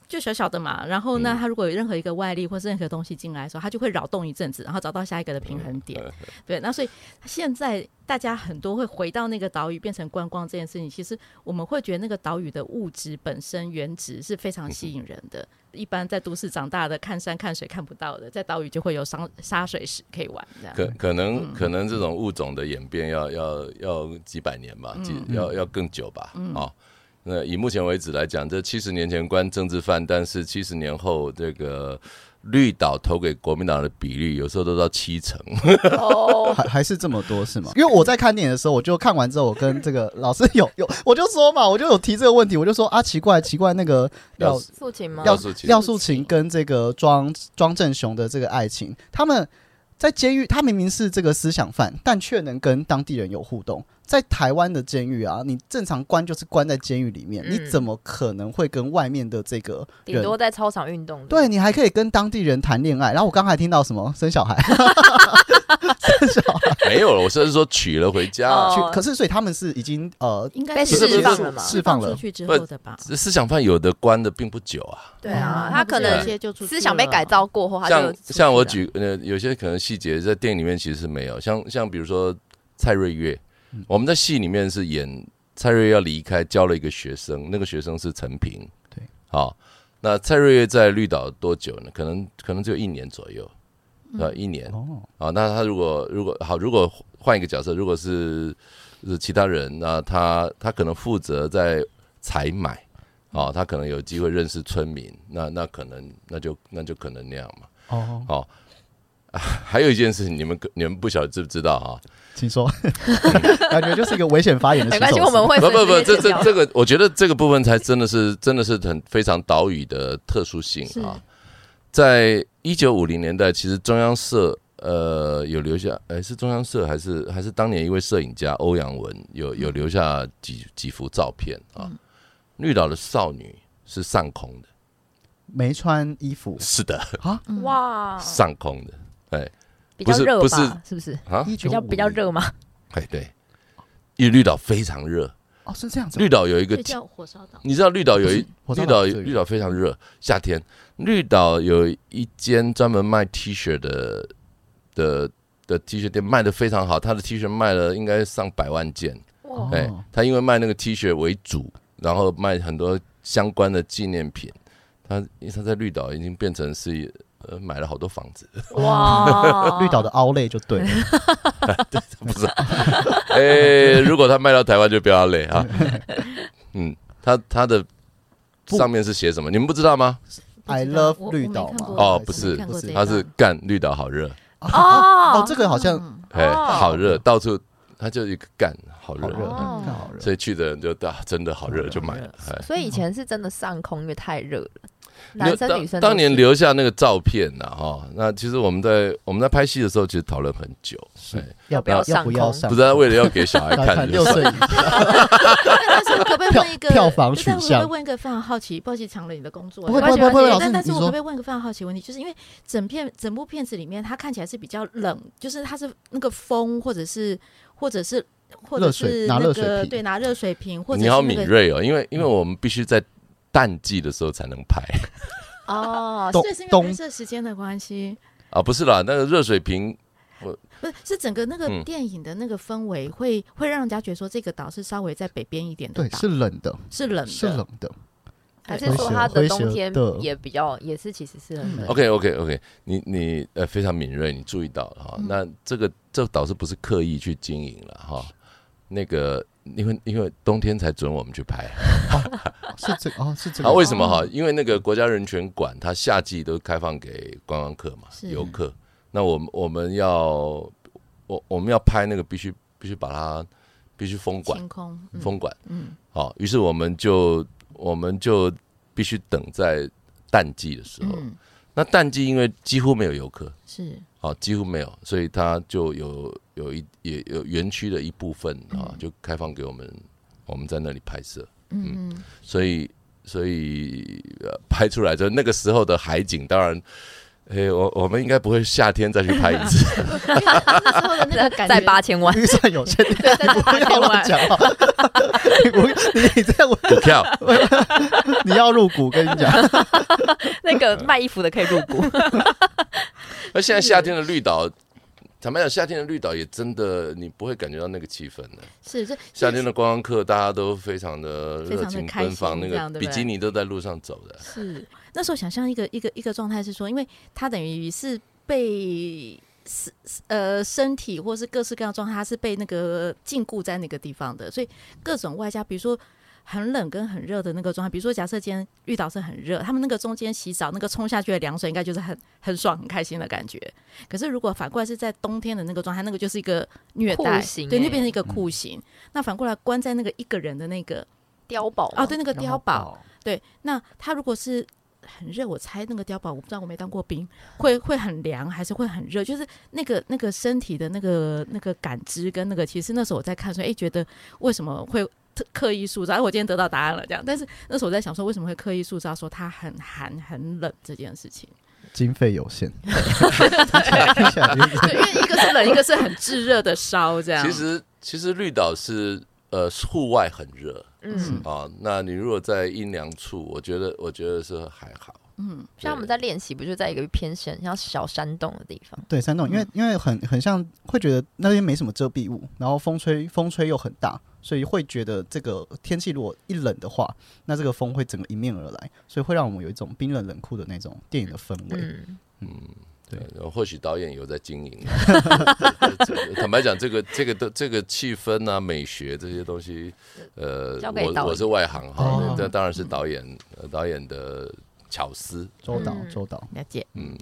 [SPEAKER 4] 就小小的嘛，然后
[SPEAKER 2] 嗯
[SPEAKER 4] 呢，它如果有任何一个外力或是任何东西进来的时候，它就会扰动一阵子，然后找到下一个的平
[SPEAKER 2] 嗯
[SPEAKER 4] 衡 点。对，那所以现在大家很多会回到那个岛屿变成观光这件事情，其实我们会觉得那个岛屿的物质本身原值是非常吸引人的。一般在都市长大的，看山看水看不到的，在岛屿就会有沙沙水石可以玩，这样
[SPEAKER 3] 可可
[SPEAKER 4] 嗯
[SPEAKER 3] 能可能这种物种的演变要要要几百年
[SPEAKER 4] 嗯
[SPEAKER 3] 吧，几要要更久吧，哦。那以目前为止来讲，这七十年前关政治犯，但是七十年后这个绿岛投给国民党的比率，有时候都到七成。
[SPEAKER 2] 哦，
[SPEAKER 1] 还 还是这么多是吗？因为我在看电影的时候，我就看完之后，我跟这个老师有 有，我就说嘛，我就有提这个问题，我就说啊，奇怪奇怪，那个廖
[SPEAKER 2] 父亲吗？
[SPEAKER 1] 廖
[SPEAKER 3] 廖素琴
[SPEAKER 1] 廖素琴跟这个庄庄正雄的这个爱情，他们在监狱，他明明是这个思想犯，但却能跟当地人有互动，在台湾的监狱啊，你正常关就是关在监狱里面，
[SPEAKER 2] 嗯
[SPEAKER 1] 你怎么可能会跟外面的这个
[SPEAKER 2] 顶
[SPEAKER 1] 人？
[SPEAKER 2] 多在操场运动。
[SPEAKER 1] 对你还可以跟当地人谈恋爱。然后我刚才听到什么生小孩，生小孩
[SPEAKER 3] 没有了，我是说娶了回家、
[SPEAKER 2] 哦
[SPEAKER 3] 啊。
[SPEAKER 1] 去，可是所以他们是已经呃
[SPEAKER 4] 应该
[SPEAKER 2] 被
[SPEAKER 4] 是
[SPEAKER 2] 释放了嘛
[SPEAKER 1] 释放了
[SPEAKER 4] 出去之后的吧？
[SPEAKER 3] 这思想犯有的关的并不久啊，
[SPEAKER 2] 对啊
[SPEAKER 4] 哦，
[SPEAKER 2] 他可
[SPEAKER 4] 有
[SPEAKER 2] 能
[SPEAKER 4] 一些就出去
[SPEAKER 2] 思想被
[SPEAKER 4] 了
[SPEAKER 2] 改，造过后，他就
[SPEAKER 3] 像
[SPEAKER 2] 出去
[SPEAKER 3] 像我
[SPEAKER 2] 了
[SPEAKER 3] 举呃有些可能细节在电影里面其实是没有，像像比如说蔡瑞月，
[SPEAKER 1] 嗯
[SPEAKER 3] 我们在戏里面是演蔡瑞月要离开，教了一个学生，那个学生是陈平，
[SPEAKER 1] 对，
[SPEAKER 3] 好，那蔡瑞月在绿岛多久呢？可能可能只有一年左右，
[SPEAKER 2] 嗯
[SPEAKER 3] 呃，一年，
[SPEAKER 1] 哦
[SPEAKER 3] 啊，那他如果如果好，如果换一个角色，如果是是其他人，那他他可能负责在采买，哦，他可能有机会认识村民，那那可能那就那就可能那样嘛。
[SPEAKER 1] 哦，
[SPEAKER 3] 哦，啊还有一件事情，你们可你们不晓得知不知道啊？
[SPEAKER 1] 请说，感觉就是一个危险发言的
[SPEAKER 2] 没
[SPEAKER 1] 洗
[SPEAKER 2] 关系，
[SPEAKER 1] 手
[SPEAKER 2] 我们
[SPEAKER 1] 式
[SPEAKER 2] 会
[SPEAKER 3] 不不不，
[SPEAKER 2] 随
[SPEAKER 3] 这
[SPEAKER 2] 机
[SPEAKER 3] 这
[SPEAKER 2] 聊
[SPEAKER 3] 这个，我觉得这个部分才真的是真的是很非常岛屿的特殊性啊。在一九五零年代，其实中央社呃有留下，哎、是中央社还是还是当年一位摄影家欧阳文有有留下几几幅照片啊。绿岛的少女是上空的，
[SPEAKER 1] 没穿衣服
[SPEAKER 3] 是的，
[SPEAKER 1] 啊，
[SPEAKER 2] 哇，
[SPEAKER 3] 上空的，哎
[SPEAKER 2] 比较
[SPEAKER 3] 不是
[SPEAKER 2] 热
[SPEAKER 3] 不
[SPEAKER 2] 吧？是不是
[SPEAKER 3] 啊
[SPEAKER 1] 一
[SPEAKER 2] 比较比较热嘛？
[SPEAKER 3] 哎对，因为绿岛非常热，
[SPEAKER 1] 哦，是这样子，
[SPEAKER 3] 绿岛有一个
[SPEAKER 4] 就叫火烧岛。
[SPEAKER 3] 你知道绿岛有一
[SPEAKER 1] 不是
[SPEAKER 3] 绿
[SPEAKER 1] 火烧岛
[SPEAKER 3] 岛
[SPEAKER 1] 最热
[SPEAKER 3] 绿岛非常热，夏天绿岛有一间专门卖 T 恤的的的 T 恤店，卖的非常好，他的 T 恤卖了应该上百万件。
[SPEAKER 1] 哦，
[SPEAKER 3] 哎、他因为卖那个 T 恤为主，然后卖很多相关的纪念品。他因为他在绿岛已经变成是呃买了好多房子，
[SPEAKER 2] 哇
[SPEAKER 1] 绿岛的凹类就对了，
[SPEAKER 3] 不是？哎、如果他卖到台湾就不要累啊。嗯，他他的
[SPEAKER 1] 不
[SPEAKER 3] 上面是写什么？你们不知道吗？
[SPEAKER 1] I
[SPEAKER 4] 不知道
[SPEAKER 1] love
[SPEAKER 4] 我
[SPEAKER 1] 绿岛嘛
[SPEAKER 4] 我没看过
[SPEAKER 3] 哦不是
[SPEAKER 4] 我没看过这一嗯
[SPEAKER 3] 他
[SPEAKER 4] 段
[SPEAKER 3] 是干绿岛好热，
[SPEAKER 1] 哦
[SPEAKER 2] 哦，
[SPEAKER 1] 这个好像
[SPEAKER 4] 嗯
[SPEAKER 3] 哎，
[SPEAKER 2] 哦
[SPEAKER 3] 好热，到处他就一个干，好
[SPEAKER 1] 好
[SPEAKER 3] 热，
[SPEAKER 1] 热，
[SPEAKER 2] 哦
[SPEAKER 1] 嗯好热。
[SPEAKER 3] 所以去的人就大，真的好热就买了。哎，
[SPEAKER 2] 所以以前是真的上空，因为太热了，
[SPEAKER 3] 那
[SPEAKER 2] 男生
[SPEAKER 3] 当
[SPEAKER 2] 女生都
[SPEAKER 3] 当年
[SPEAKER 2] 是
[SPEAKER 3] 留下那个照片呐，哈，那其实我们在我们在拍戏的时候，其实讨论很久，哎
[SPEAKER 1] 要
[SPEAKER 2] 要
[SPEAKER 1] 要
[SPEAKER 2] 上
[SPEAKER 1] 不要
[SPEAKER 2] 空
[SPEAKER 1] 上？
[SPEAKER 3] 不知道为了要给小孩 看，
[SPEAKER 1] 看
[SPEAKER 3] 就
[SPEAKER 1] 六
[SPEAKER 3] 是
[SPEAKER 1] 岁以下，
[SPEAKER 4] 但是我可不可以问一个
[SPEAKER 1] 票票房
[SPEAKER 4] 对
[SPEAKER 1] 取
[SPEAKER 4] 但我可不可
[SPEAKER 1] 向
[SPEAKER 4] 以问一个非常好奇，抱歉抢了你的工作。
[SPEAKER 1] 不会
[SPEAKER 4] 没关系
[SPEAKER 1] 不会不会
[SPEAKER 4] 没关
[SPEAKER 1] 老师
[SPEAKER 4] 系但
[SPEAKER 1] 你
[SPEAKER 4] 但是
[SPEAKER 1] 你
[SPEAKER 4] 我可
[SPEAKER 1] 说
[SPEAKER 4] 不可以问一个非常好奇的问题？就是因为整片整部片子里面，它看起来是比较冷，就是它是那个风，或者是或者是或者
[SPEAKER 1] 热水
[SPEAKER 4] 是
[SPEAKER 1] 拿
[SPEAKER 4] 那
[SPEAKER 1] 热水
[SPEAKER 4] 个
[SPEAKER 1] 瓶
[SPEAKER 4] 对拿热水瓶，或者
[SPEAKER 3] 你
[SPEAKER 4] 是
[SPEAKER 3] 好
[SPEAKER 4] 那
[SPEAKER 3] 敏
[SPEAKER 4] 个
[SPEAKER 3] 锐哦，因为因为我们必须在淡季的时候才能拍
[SPEAKER 2] 哦，
[SPEAKER 1] 懂
[SPEAKER 4] 对，是因为
[SPEAKER 1] 冬
[SPEAKER 4] 拍摄时间的关系，
[SPEAKER 3] 啊，不是啦，那个热水瓶
[SPEAKER 4] 不是是整个那个
[SPEAKER 3] 嗯
[SPEAKER 4] 电影的那个氛围会、会让人家觉得说这个岛是稍微在北边一点的
[SPEAKER 1] 对，
[SPEAKER 4] 岛，
[SPEAKER 1] 是冷的，
[SPEAKER 4] 是冷的，
[SPEAKER 1] 是冷的，
[SPEAKER 2] 还
[SPEAKER 4] 对
[SPEAKER 2] 是说它的
[SPEAKER 1] 灰色
[SPEAKER 2] 冬天
[SPEAKER 1] 的
[SPEAKER 2] 也比较也是其实是很 冷
[SPEAKER 3] OK OK OK，你你呃非常敏锐，你注意到了
[SPEAKER 4] 嗯
[SPEAKER 3] 哈。那这个这倒是不是刻意去经营了哈？那个因为因为冬天才准我们去拍，
[SPEAKER 1] 是这个哦，是这个
[SPEAKER 3] 啊为什么哈？因为那个国家人权馆它夏季都开放给观光客嘛，
[SPEAKER 4] 是
[SPEAKER 3] 游客。那我们我们要我我们要拍那个必须必须把它必须封馆
[SPEAKER 4] 晴空，嗯
[SPEAKER 3] 封馆，
[SPEAKER 4] 嗯
[SPEAKER 3] 好，于是我们就我们就必须等在淡季的时候。
[SPEAKER 4] 嗯
[SPEAKER 3] 那淡季因为几乎没有游客。
[SPEAKER 4] 是
[SPEAKER 3] 啊，几乎没有，所以它就有有一也有园区的一部分啊，就开放给我们，我们在那里拍摄，
[SPEAKER 4] 嗯嗯
[SPEAKER 3] 所以所以、呃、拍出来就那个时候的海景，当然，诶、我我们应该不会夏天再去拍一 次，
[SPEAKER 4] 那时候的 那个感觉
[SPEAKER 2] 在八千万，
[SPEAKER 1] 预算有限，你
[SPEAKER 4] 对在
[SPEAKER 1] 不
[SPEAKER 4] 八
[SPEAKER 1] 要
[SPEAKER 4] 千
[SPEAKER 1] 乱
[SPEAKER 4] 万。
[SPEAKER 1] 讲话。你不，你你这样我，
[SPEAKER 3] 股票
[SPEAKER 1] 你要入股，跟你讲，
[SPEAKER 2] 那个
[SPEAKER 3] 嗯
[SPEAKER 2] 卖衣服的可以入股，
[SPEAKER 3] 那现在夏天的绿岛，坦白讲，夏天的绿岛也真的你不会感觉到那个气氛的。
[SPEAKER 4] 是这
[SPEAKER 3] 夏天的观光客大家都非常的
[SPEAKER 4] 非常
[SPEAKER 3] 热
[SPEAKER 4] 地
[SPEAKER 3] 情
[SPEAKER 4] 开
[SPEAKER 3] 奔放，
[SPEAKER 4] 心
[SPEAKER 3] 那
[SPEAKER 4] 这样
[SPEAKER 3] 个
[SPEAKER 4] 对
[SPEAKER 3] 比
[SPEAKER 4] 不对
[SPEAKER 3] 基尼都在路上走的。
[SPEAKER 4] 是那时候想象一个一个一个状态是说，因为他等于是被是是呃身体或是各式各样的状态，他是被那个禁锢在那个地方的，所以各种外加，比如说。很冷跟很热的那个状态，比如说假设今天绿岛是很热，他们那个中间洗澡那个冲下去的凉水，应该就是很很爽、很开心的感觉。可是如果反过来是在冬天的那个状态，那个就是一个虐待，
[SPEAKER 2] 酷刑
[SPEAKER 4] 对，那
[SPEAKER 2] 欸
[SPEAKER 4] 变成一个酷刑。那反过来关在那个一个人的那个
[SPEAKER 2] 碉堡
[SPEAKER 4] 哦，对，那个碉
[SPEAKER 1] 哦，
[SPEAKER 4] 堡，对，那他如果是很热，我猜那个碉堡，我不知道我没当过兵，会会很凉还是会很热？就是那个那个身体的那个那个感知跟那个，其实那时候我在看说，哎、觉得为什么会特刻意塑造？哎我今天得到答案了，这样。但是那时候我在想说，为什么会刻意塑造说它很寒很冷这件事情？
[SPEAKER 1] 经费有限，听起来听起来就是
[SPEAKER 4] 对，因为一个是冷，一个是很炙热的烧，这样。
[SPEAKER 3] 其实其实绿岛是呃户外很热
[SPEAKER 2] 嗯，
[SPEAKER 3] 啊，那你如果在阴凉处，我觉得我觉得是还好。
[SPEAKER 4] 嗯，
[SPEAKER 2] 像我们在练习，不就在一个偏深、像小山洞的地方？
[SPEAKER 1] 对山洞，因
[SPEAKER 2] 嗯
[SPEAKER 1] 为因为很很像，会觉得那边没什么遮蔽物，然后风吹风吹又很大，所以会觉得这个天气如果一冷的话，那这个风会整个迎面而来，所以会让我们有一种冰冷冷酷的那种电影的氛围。
[SPEAKER 2] 嗯，
[SPEAKER 3] 对
[SPEAKER 1] 对，
[SPEAKER 3] 或许导演有在 经营。坦白讲，这个这个的这个气氛啊、美学这些东西，呃，
[SPEAKER 2] 交给导
[SPEAKER 3] 我
[SPEAKER 2] 演
[SPEAKER 3] 我是外行哈
[SPEAKER 1] 哦，
[SPEAKER 3] 这当然是导演呃导演的巧思。
[SPEAKER 1] 周导，
[SPEAKER 2] 嗯
[SPEAKER 1] 周导，
[SPEAKER 4] 了解。
[SPEAKER 3] 嗯，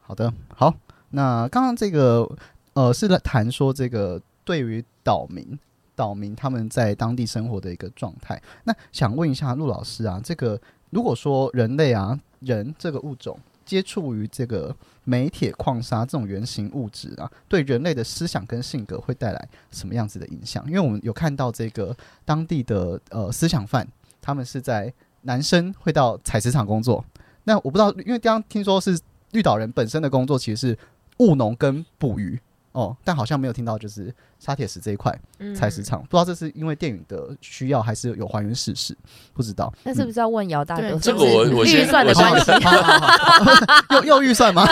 [SPEAKER 1] 好的，好，那刚刚这个呃是来谈说这个对于岛民。岛民他们在当地生活的一个状态。那想问一下陆老师啊，这个如果说人类啊，人这个物种接触于这个煤铁矿砂这种原型物质啊，对人类的思想跟性格会带来什么样子的影响？因为我们有看到这个当地的呃思想犯，他们是在男生会到采石场工作。那我不知道，因为刚刚听说是绿岛人本身的工作其实是务农跟捕鱼哦，但好像没有听到就是沙铁石这一块
[SPEAKER 2] 嗯
[SPEAKER 1] 采石。场，不知道这是因为电影的需要还是有还原事实，不知道。
[SPEAKER 2] 那是不
[SPEAKER 1] 嗯
[SPEAKER 2] 是要问姚大
[SPEAKER 4] 对
[SPEAKER 2] 哥？
[SPEAKER 3] 这个我我
[SPEAKER 2] 预
[SPEAKER 3] 先
[SPEAKER 2] 算的
[SPEAKER 3] 我先
[SPEAKER 2] 关系，
[SPEAKER 1] 好好好好又又预算吗？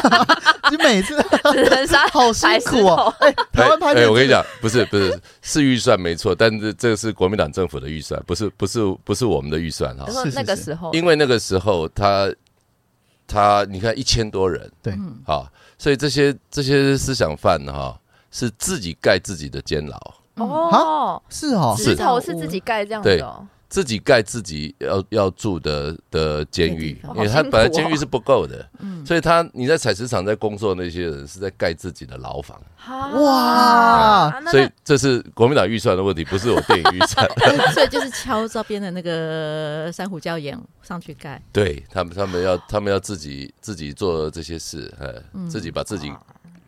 [SPEAKER 1] 你每次
[SPEAKER 2] 只能杀
[SPEAKER 1] 好辛苦哦！哎、台湾拍
[SPEAKER 3] 哎，
[SPEAKER 1] 片
[SPEAKER 3] 我跟你讲，不是不是是预算没错，但是这是国民党政府的预算，不是不是不是我们的预算哈
[SPEAKER 2] 他。说
[SPEAKER 1] 是是
[SPEAKER 2] 那个
[SPEAKER 1] 是
[SPEAKER 2] 时候，
[SPEAKER 3] 哦因为那个时候他他你看一千多人，
[SPEAKER 1] 对
[SPEAKER 4] 嗯
[SPEAKER 3] 啊，所以这些这些思想犯哈、是自己盖自己的监牢，
[SPEAKER 2] 哦，
[SPEAKER 1] 是哦，
[SPEAKER 3] 是
[SPEAKER 2] 石头是自己盖这样子哦，
[SPEAKER 3] 自己盖自己要要住的的监狱
[SPEAKER 4] 那地，方
[SPEAKER 3] 因为
[SPEAKER 2] 好
[SPEAKER 3] 他
[SPEAKER 2] 辛苦
[SPEAKER 3] 本来
[SPEAKER 2] 哦
[SPEAKER 3] 监狱是不够的，
[SPEAKER 4] 嗯
[SPEAKER 3] 所以他你在采石场在工作的那些人是在盖自己的牢房，
[SPEAKER 2] 哈
[SPEAKER 1] 哇
[SPEAKER 2] 啊那
[SPEAKER 3] 所以这是国民党预算的问题，不是我电影预 算。
[SPEAKER 4] 所以就是敲照边的那个珊瑚礁岩上去盖，
[SPEAKER 3] 对他们，他们要他们要自己自己做这些事，呃，
[SPEAKER 2] 嗯
[SPEAKER 3] 自己把自
[SPEAKER 2] 啊
[SPEAKER 3] 己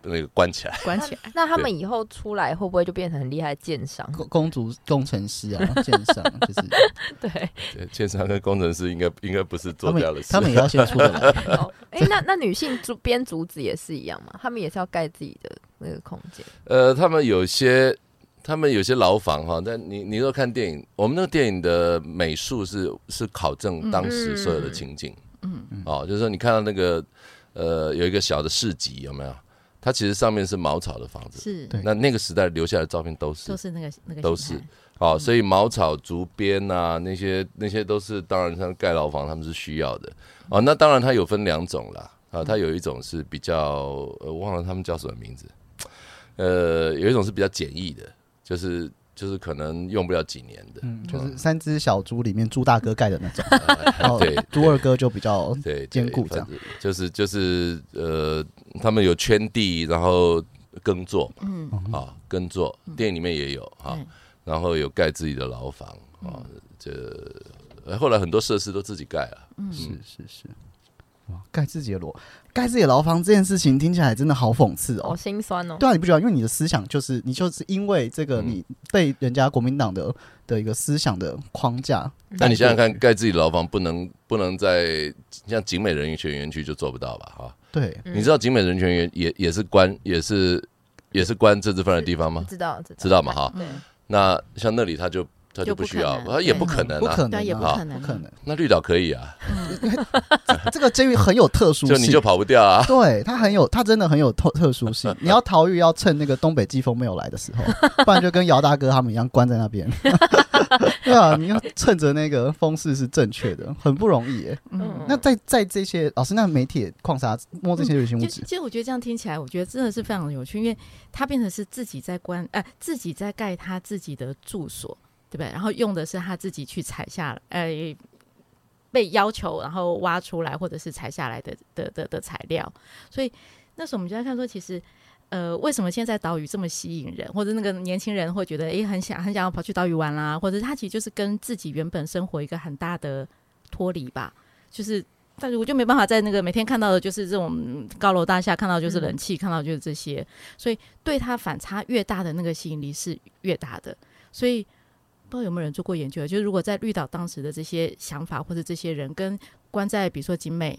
[SPEAKER 3] 那个关起来。
[SPEAKER 4] 嗯关
[SPEAKER 2] 那
[SPEAKER 4] 起来。
[SPEAKER 2] 那他们以后出来会不会就变成很厉害的建商？
[SPEAKER 1] 公公主工程师啊，鉴赏就是
[SPEAKER 2] 对，
[SPEAKER 3] 对建商跟工程师应该应该不是
[SPEAKER 1] 他
[SPEAKER 3] 做这样的
[SPEAKER 1] 们
[SPEAKER 3] 事，
[SPEAKER 1] 他们也要先出得来。
[SPEAKER 2] 哎，那那女性竹编竹子也是一样嘛，他们也是要盖自己的那个空间。
[SPEAKER 3] 呃，他们有些，他们有些牢房哈，但你你若看电影，我们那个电影的美术是是考证当时所有的情景，
[SPEAKER 4] 嗯
[SPEAKER 3] 哦，就是说你看到那个呃有一个小的市集有没有？它其实上面是茅草的房子，
[SPEAKER 4] 是，
[SPEAKER 1] 对
[SPEAKER 3] 那那个时代留下来的照片都是
[SPEAKER 4] 都是那个那个
[SPEAKER 3] 都是
[SPEAKER 4] 形态嗯
[SPEAKER 3] 哦，所以茅草、竹编啊，那些那些都是当然像盖牢房，他们是需要的哦。那当然它有分两种啦，啊，它有一种是比较呃，我忘了他们叫什么名字，呃，有一种是比较简易的，就是就是可能用不了几年的，哦
[SPEAKER 1] 嗯，就是三只小猪里面猪大哥盖的那种，然后
[SPEAKER 3] 对
[SPEAKER 1] 猪二哥就比较
[SPEAKER 3] 对，
[SPEAKER 1] 坚固这
[SPEAKER 3] 的
[SPEAKER 1] 样，
[SPEAKER 3] 就是就是呃，他们有圈地，然后耕作嘛，
[SPEAKER 4] 嗯，
[SPEAKER 1] 哦
[SPEAKER 3] 啊，耕作，电影里面也有啊
[SPEAKER 4] 对，嗯
[SPEAKER 3] 然后有盖自己的牢房啊，这呃后来很多设施都自己盖了。
[SPEAKER 1] 是是是，嗯哇，盖自己的楼，盖自己的牢房这件事情听起来真的好讽刺
[SPEAKER 2] 好
[SPEAKER 1] 哦。
[SPEAKER 2] 心酸哦。
[SPEAKER 1] 对啊，你不觉得？因为你的思想就是你就是因为这个，
[SPEAKER 3] 嗯
[SPEAKER 1] 你被人家国民党的的一个思想的框架。
[SPEAKER 4] 嗯
[SPEAKER 3] 那你想想看，，盖自己的牢房不能不能在像景美人权园区就做不到吧？哈，
[SPEAKER 1] 对，
[SPEAKER 2] 嗯
[SPEAKER 3] 你知道景美人权园也也是关也是也是关政治犯的地方吗？
[SPEAKER 2] 知道知道
[SPEAKER 3] 知道嘛？哈，
[SPEAKER 4] 对，
[SPEAKER 3] 那像那里他就他就
[SPEAKER 4] 就
[SPEAKER 3] 不
[SPEAKER 4] 不
[SPEAKER 3] 需要，
[SPEAKER 4] 可能
[SPEAKER 3] 他也不可能
[SPEAKER 1] 不
[SPEAKER 3] 啊。
[SPEAKER 1] 可能、
[SPEAKER 4] 对
[SPEAKER 1] 啊，
[SPEAKER 4] 啊也不
[SPEAKER 3] 可
[SPEAKER 4] 能
[SPEAKER 1] 不可能。
[SPEAKER 3] 那绿岛可以啊，
[SPEAKER 1] 这个监狱很有特殊
[SPEAKER 3] 就
[SPEAKER 1] 性，
[SPEAKER 3] 你就跑不掉啊。
[SPEAKER 1] 对它很有，它真的很有特特殊 性。你要逃狱，要趁那个东北季风没有来的时候，不 然就跟姚大哥他们一样关在那边。 对啊，你要趁着那个风势是正确的，很不容易耶。
[SPEAKER 4] 嗯。
[SPEAKER 1] 那在在这些老师，那煤铁、矿砂摸这些流行物
[SPEAKER 4] 就
[SPEAKER 1] 质
[SPEAKER 4] 其，实我觉得这样听起来，我觉得真的是非常有趣，因为他变成是自己在关，呃，自己在盖他自己的住所，对不对？然后用的是他自己去采下来，呃，被要求然后挖出来或者是采下来的的的的材料，所以那时候我们就在看说，其实。呃，为什么现在岛屿这么吸引人，或者那个年轻人会觉得，诶、很想很想要跑去岛屿啊玩啦，或者他其实就是跟自己原本生活一个很大的脱离吧，就是但是我就没办法在那个每天看到的就是这种高楼大厦，看到就是人气，看到就是这些，所以对他反差越大的那个吸引力是越大的。所以不知道有没有人做过研究，啊就是如果在绿岛当时的这些想法或者这些人跟关在比如说景美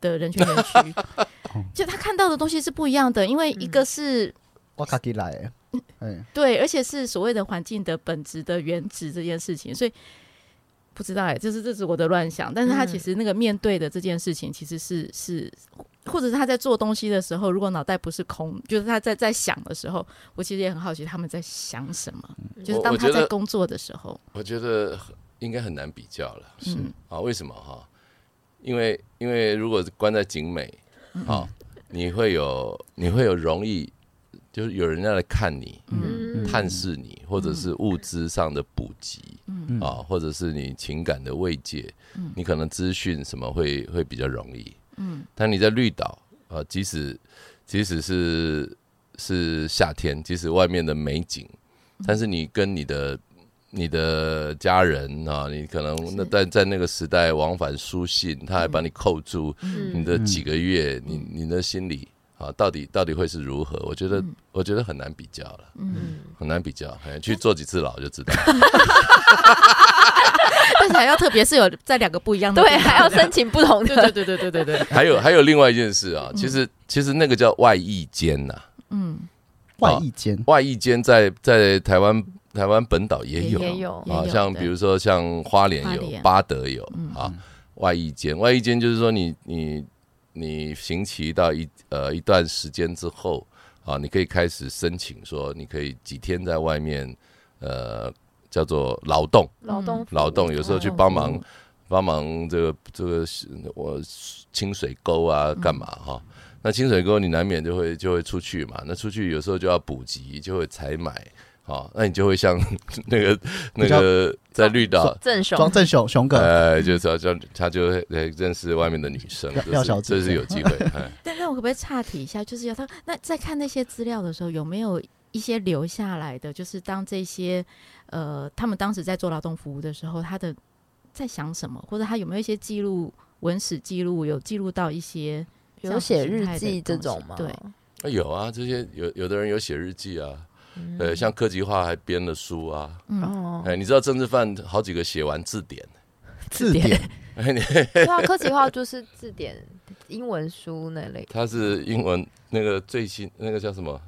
[SPEAKER 4] 的人群园区
[SPEAKER 1] 哦，
[SPEAKER 4] 就他看到的东西是不一样的，因为一个是
[SPEAKER 1] 我卡给来欸，
[SPEAKER 4] 嗯
[SPEAKER 1] 哎，
[SPEAKER 4] 对，而且是所谓的环境的本质的原质这件事情，所以不知道哎、这是这是我的乱想。但是他
[SPEAKER 2] 嗯
[SPEAKER 4] 其实那个面对的这件事情，其实是是，或者是他在做东西的时候，如果脑袋不是空，就是他在在想的时候，我其实也很好奇他们在想什么。就是
[SPEAKER 3] 我
[SPEAKER 4] 当
[SPEAKER 3] 我
[SPEAKER 4] 他
[SPEAKER 3] 觉
[SPEAKER 4] 在
[SPEAKER 3] 得
[SPEAKER 4] 工作的时候，
[SPEAKER 3] 我觉得应该很难比较了。
[SPEAKER 4] 嗯，
[SPEAKER 3] 啊，为什么哈？因为因为如果关在景美，啊，你会有你会有容易，就是有人要来看你、
[SPEAKER 2] 嗯
[SPEAKER 3] 探视你，或者是物资上的补给，
[SPEAKER 1] 嗯
[SPEAKER 3] 啊，或者是你情感的慰藉，你可能资讯什么会会比较容易，嗯，但你在绿岛啊，即使即使是是夏天，即使外面的美景，但是你跟你的你的家人啊，你可能那在在那个时代往返书信，他还把你扣住，
[SPEAKER 2] 嗯
[SPEAKER 3] 你的几个月，你你的心理啊，到底到底会是如何？我觉得、我觉得很难比较了，
[SPEAKER 4] 嗯
[SPEAKER 3] 很难比较，哎去做几次牢就知道。
[SPEAKER 4] 但是还要特别是有在两个不一样的
[SPEAKER 2] 对，啊
[SPEAKER 4] 地方
[SPEAKER 2] 还要申请不同
[SPEAKER 4] 对对
[SPEAKER 2] 的，
[SPEAKER 4] 对对对对对，
[SPEAKER 3] 还有还有另外一件事啊，其实其实那个叫外役监呐、
[SPEAKER 4] 嗯，
[SPEAKER 1] 外一间，
[SPEAKER 3] 外役监在在台湾台湾本岛也有
[SPEAKER 2] 也有
[SPEAKER 3] 啊，
[SPEAKER 4] 也有
[SPEAKER 3] 像
[SPEAKER 4] 对
[SPEAKER 3] 比如说像花莲
[SPEAKER 4] 花
[SPEAKER 3] 有
[SPEAKER 4] 莲，嗯
[SPEAKER 3] 巴德有啊，外役监外役监就是说你你你刑期到一呃一段时间之后啊，你可以开始申请说你可以几天在外面呃叫做劳动。
[SPEAKER 2] 劳动
[SPEAKER 3] 嗯
[SPEAKER 2] 嗯
[SPEAKER 3] 劳动，
[SPEAKER 1] 嗯
[SPEAKER 3] 有时候去
[SPEAKER 1] 哦
[SPEAKER 3] 帮忙帮忙这个这个我清水沟啊，
[SPEAKER 1] 嗯
[SPEAKER 3] 干嘛哈？那清水沟你难免就会就会出去嘛，那出去有时候就要补给，就会采买。好，那你就会像 那个那个在绿
[SPEAKER 1] 啊
[SPEAKER 3] 岛，
[SPEAKER 2] 正雄
[SPEAKER 1] 庄正雄雄哥，
[SPEAKER 3] 呃，就是要叫他就会呃认识外面的女生
[SPEAKER 1] 廖，
[SPEAKER 3] 这
[SPEAKER 1] 廖
[SPEAKER 3] 是
[SPEAKER 1] 小姐
[SPEAKER 3] 这是 有机会。哎
[SPEAKER 4] 但但我可不可以岔题一下？就是要他那在看那些资料的时候，有没有一些留下来的？就是当这些呃，他们当时在做劳动服务的时候，他的在想什么，或者他有没有一些记录、文史记录，有记录到一些
[SPEAKER 2] 有写日记这种吗？
[SPEAKER 4] 对
[SPEAKER 3] 啊有啊，这些有有的人有写日记啊，
[SPEAKER 1] 嗯
[SPEAKER 3] 对，像柯吉化还编了书啊。
[SPEAKER 2] 哦，
[SPEAKER 3] 哎，你知道政治犯好几个写完字典，
[SPEAKER 1] 字典，
[SPEAKER 3] 哎，你
[SPEAKER 2] 对啊，科技化就是字典、英文书那类，
[SPEAKER 3] 它是英文那个最新那个叫什么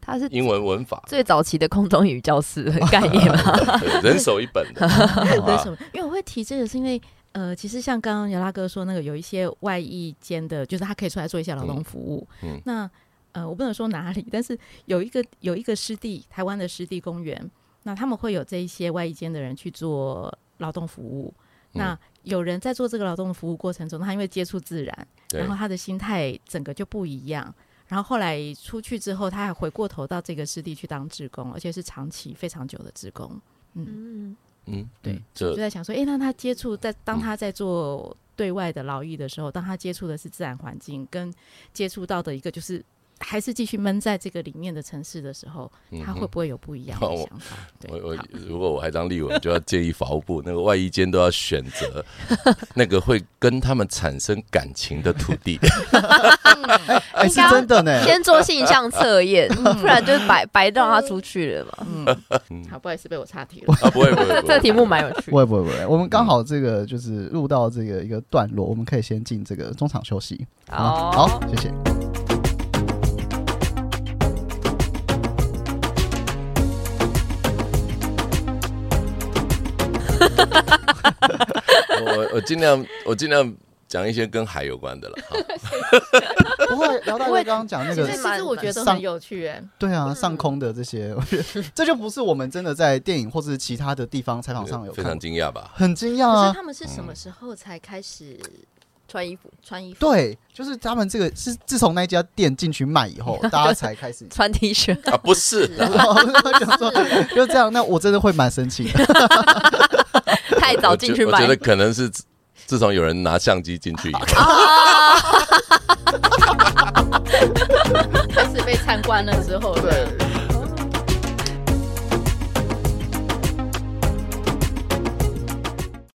[SPEAKER 2] 它是
[SPEAKER 3] 英文文 法，
[SPEAKER 2] 最早期的空中语教室的概念嘛。
[SPEAKER 3] 对人手一本的。啊
[SPEAKER 4] 为什么？因为我会提这个，是因为呃，其实像刚刚姚拉哥说那个，有一些外役间的，就是他可以出来做一些劳动服务。
[SPEAKER 3] 嗯嗯
[SPEAKER 4] 那呃，我不能说哪里， 但是有一个有一个湿地，台湾的湿地公园，那他们会有这一些外役间的人去做劳动服务。
[SPEAKER 3] 嗯
[SPEAKER 4] 那有人在做这个劳动服务过程中，他因为接触自然，
[SPEAKER 3] 对
[SPEAKER 4] 然后他的心态整个就不一样。然后后来出去之后，他还回过头到这个湿地去当志工，而且是长期非常久的志工。
[SPEAKER 2] 嗯，
[SPEAKER 3] 嗯，
[SPEAKER 1] 对，
[SPEAKER 4] 就
[SPEAKER 3] 这
[SPEAKER 4] 在想说，诶，那他接触在
[SPEAKER 3] 嗯
[SPEAKER 4] 当他在做对外的劳役的时候，当他接触的是自然环境，跟接触到的一个就是还是继续闷在这个里面的城市的时候，
[SPEAKER 3] 嗯
[SPEAKER 4] 他
[SPEAKER 3] 哼
[SPEAKER 4] 会不会有不一样的想法？
[SPEAKER 3] 我
[SPEAKER 4] 对，
[SPEAKER 3] 我
[SPEAKER 4] 好
[SPEAKER 3] 如果我还当立委，我就要建议法务部那个外衣间都要选择那个会跟他们产生感情的土地。
[SPEAKER 4] 嗯
[SPEAKER 1] 哎，是真的 呢，
[SPEAKER 2] 先做性向测验，不然就白白让他出去了嘛。
[SPEAKER 4] 嗯，好，不好意思，被我岔题了。
[SPEAKER 3] 啊，不会不会，不
[SPEAKER 2] 这
[SPEAKER 3] 会
[SPEAKER 2] 这题目蛮有趣
[SPEAKER 1] 不。会不会不会，我们刚好这个就是录到这个一个段落，我们可以先进这个中场休息。
[SPEAKER 4] 哦
[SPEAKER 1] 好，
[SPEAKER 2] 好
[SPEAKER 1] 好，谢 谢。
[SPEAKER 3] 我我我尽量我尽量讲一些跟海有关的了。哈
[SPEAKER 1] 不会，姚大
[SPEAKER 2] 不
[SPEAKER 1] 哥
[SPEAKER 2] 会
[SPEAKER 1] 刚刚讲那
[SPEAKER 4] 其
[SPEAKER 1] 个
[SPEAKER 4] 实，嗯
[SPEAKER 2] 是
[SPEAKER 4] 其实我觉得都很有趣、诶，
[SPEAKER 1] 对啊，上空的这些，我觉得这就不是我们真的在电影或是其他的地方采访上有
[SPEAKER 3] 非
[SPEAKER 1] 看
[SPEAKER 3] 常
[SPEAKER 1] 过，
[SPEAKER 3] 惊讶吧？
[SPEAKER 1] 很惊讶
[SPEAKER 4] 可
[SPEAKER 3] 嗯
[SPEAKER 4] 是
[SPEAKER 1] 啊。
[SPEAKER 4] 他们是什么时候才开始
[SPEAKER 2] 穿衣服、
[SPEAKER 4] 穿衣服？
[SPEAKER 1] 对，就是他们这个是自从那家店进去卖以 后，大家才开始。
[SPEAKER 2] 穿 T 恤，
[SPEAKER 3] 啊，不是啦，
[SPEAKER 1] 哦我想说，就这样，那我真的会蛮生气的。
[SPEAKER 2] 太早
[SPEAKER 3] 我
[SPEAKER 2] 进
[SPEAKER 3] 觉
[SPEAKER 2] 去
[SPEAKER 3] 我觉
[SPEAKER 2] 买
[SPEAKER 3] 得可能是自自从有人拿相机进去以后，
[SPEAKER 2] 啊！
[SPEAKER 4] 开始被参观了之后，对，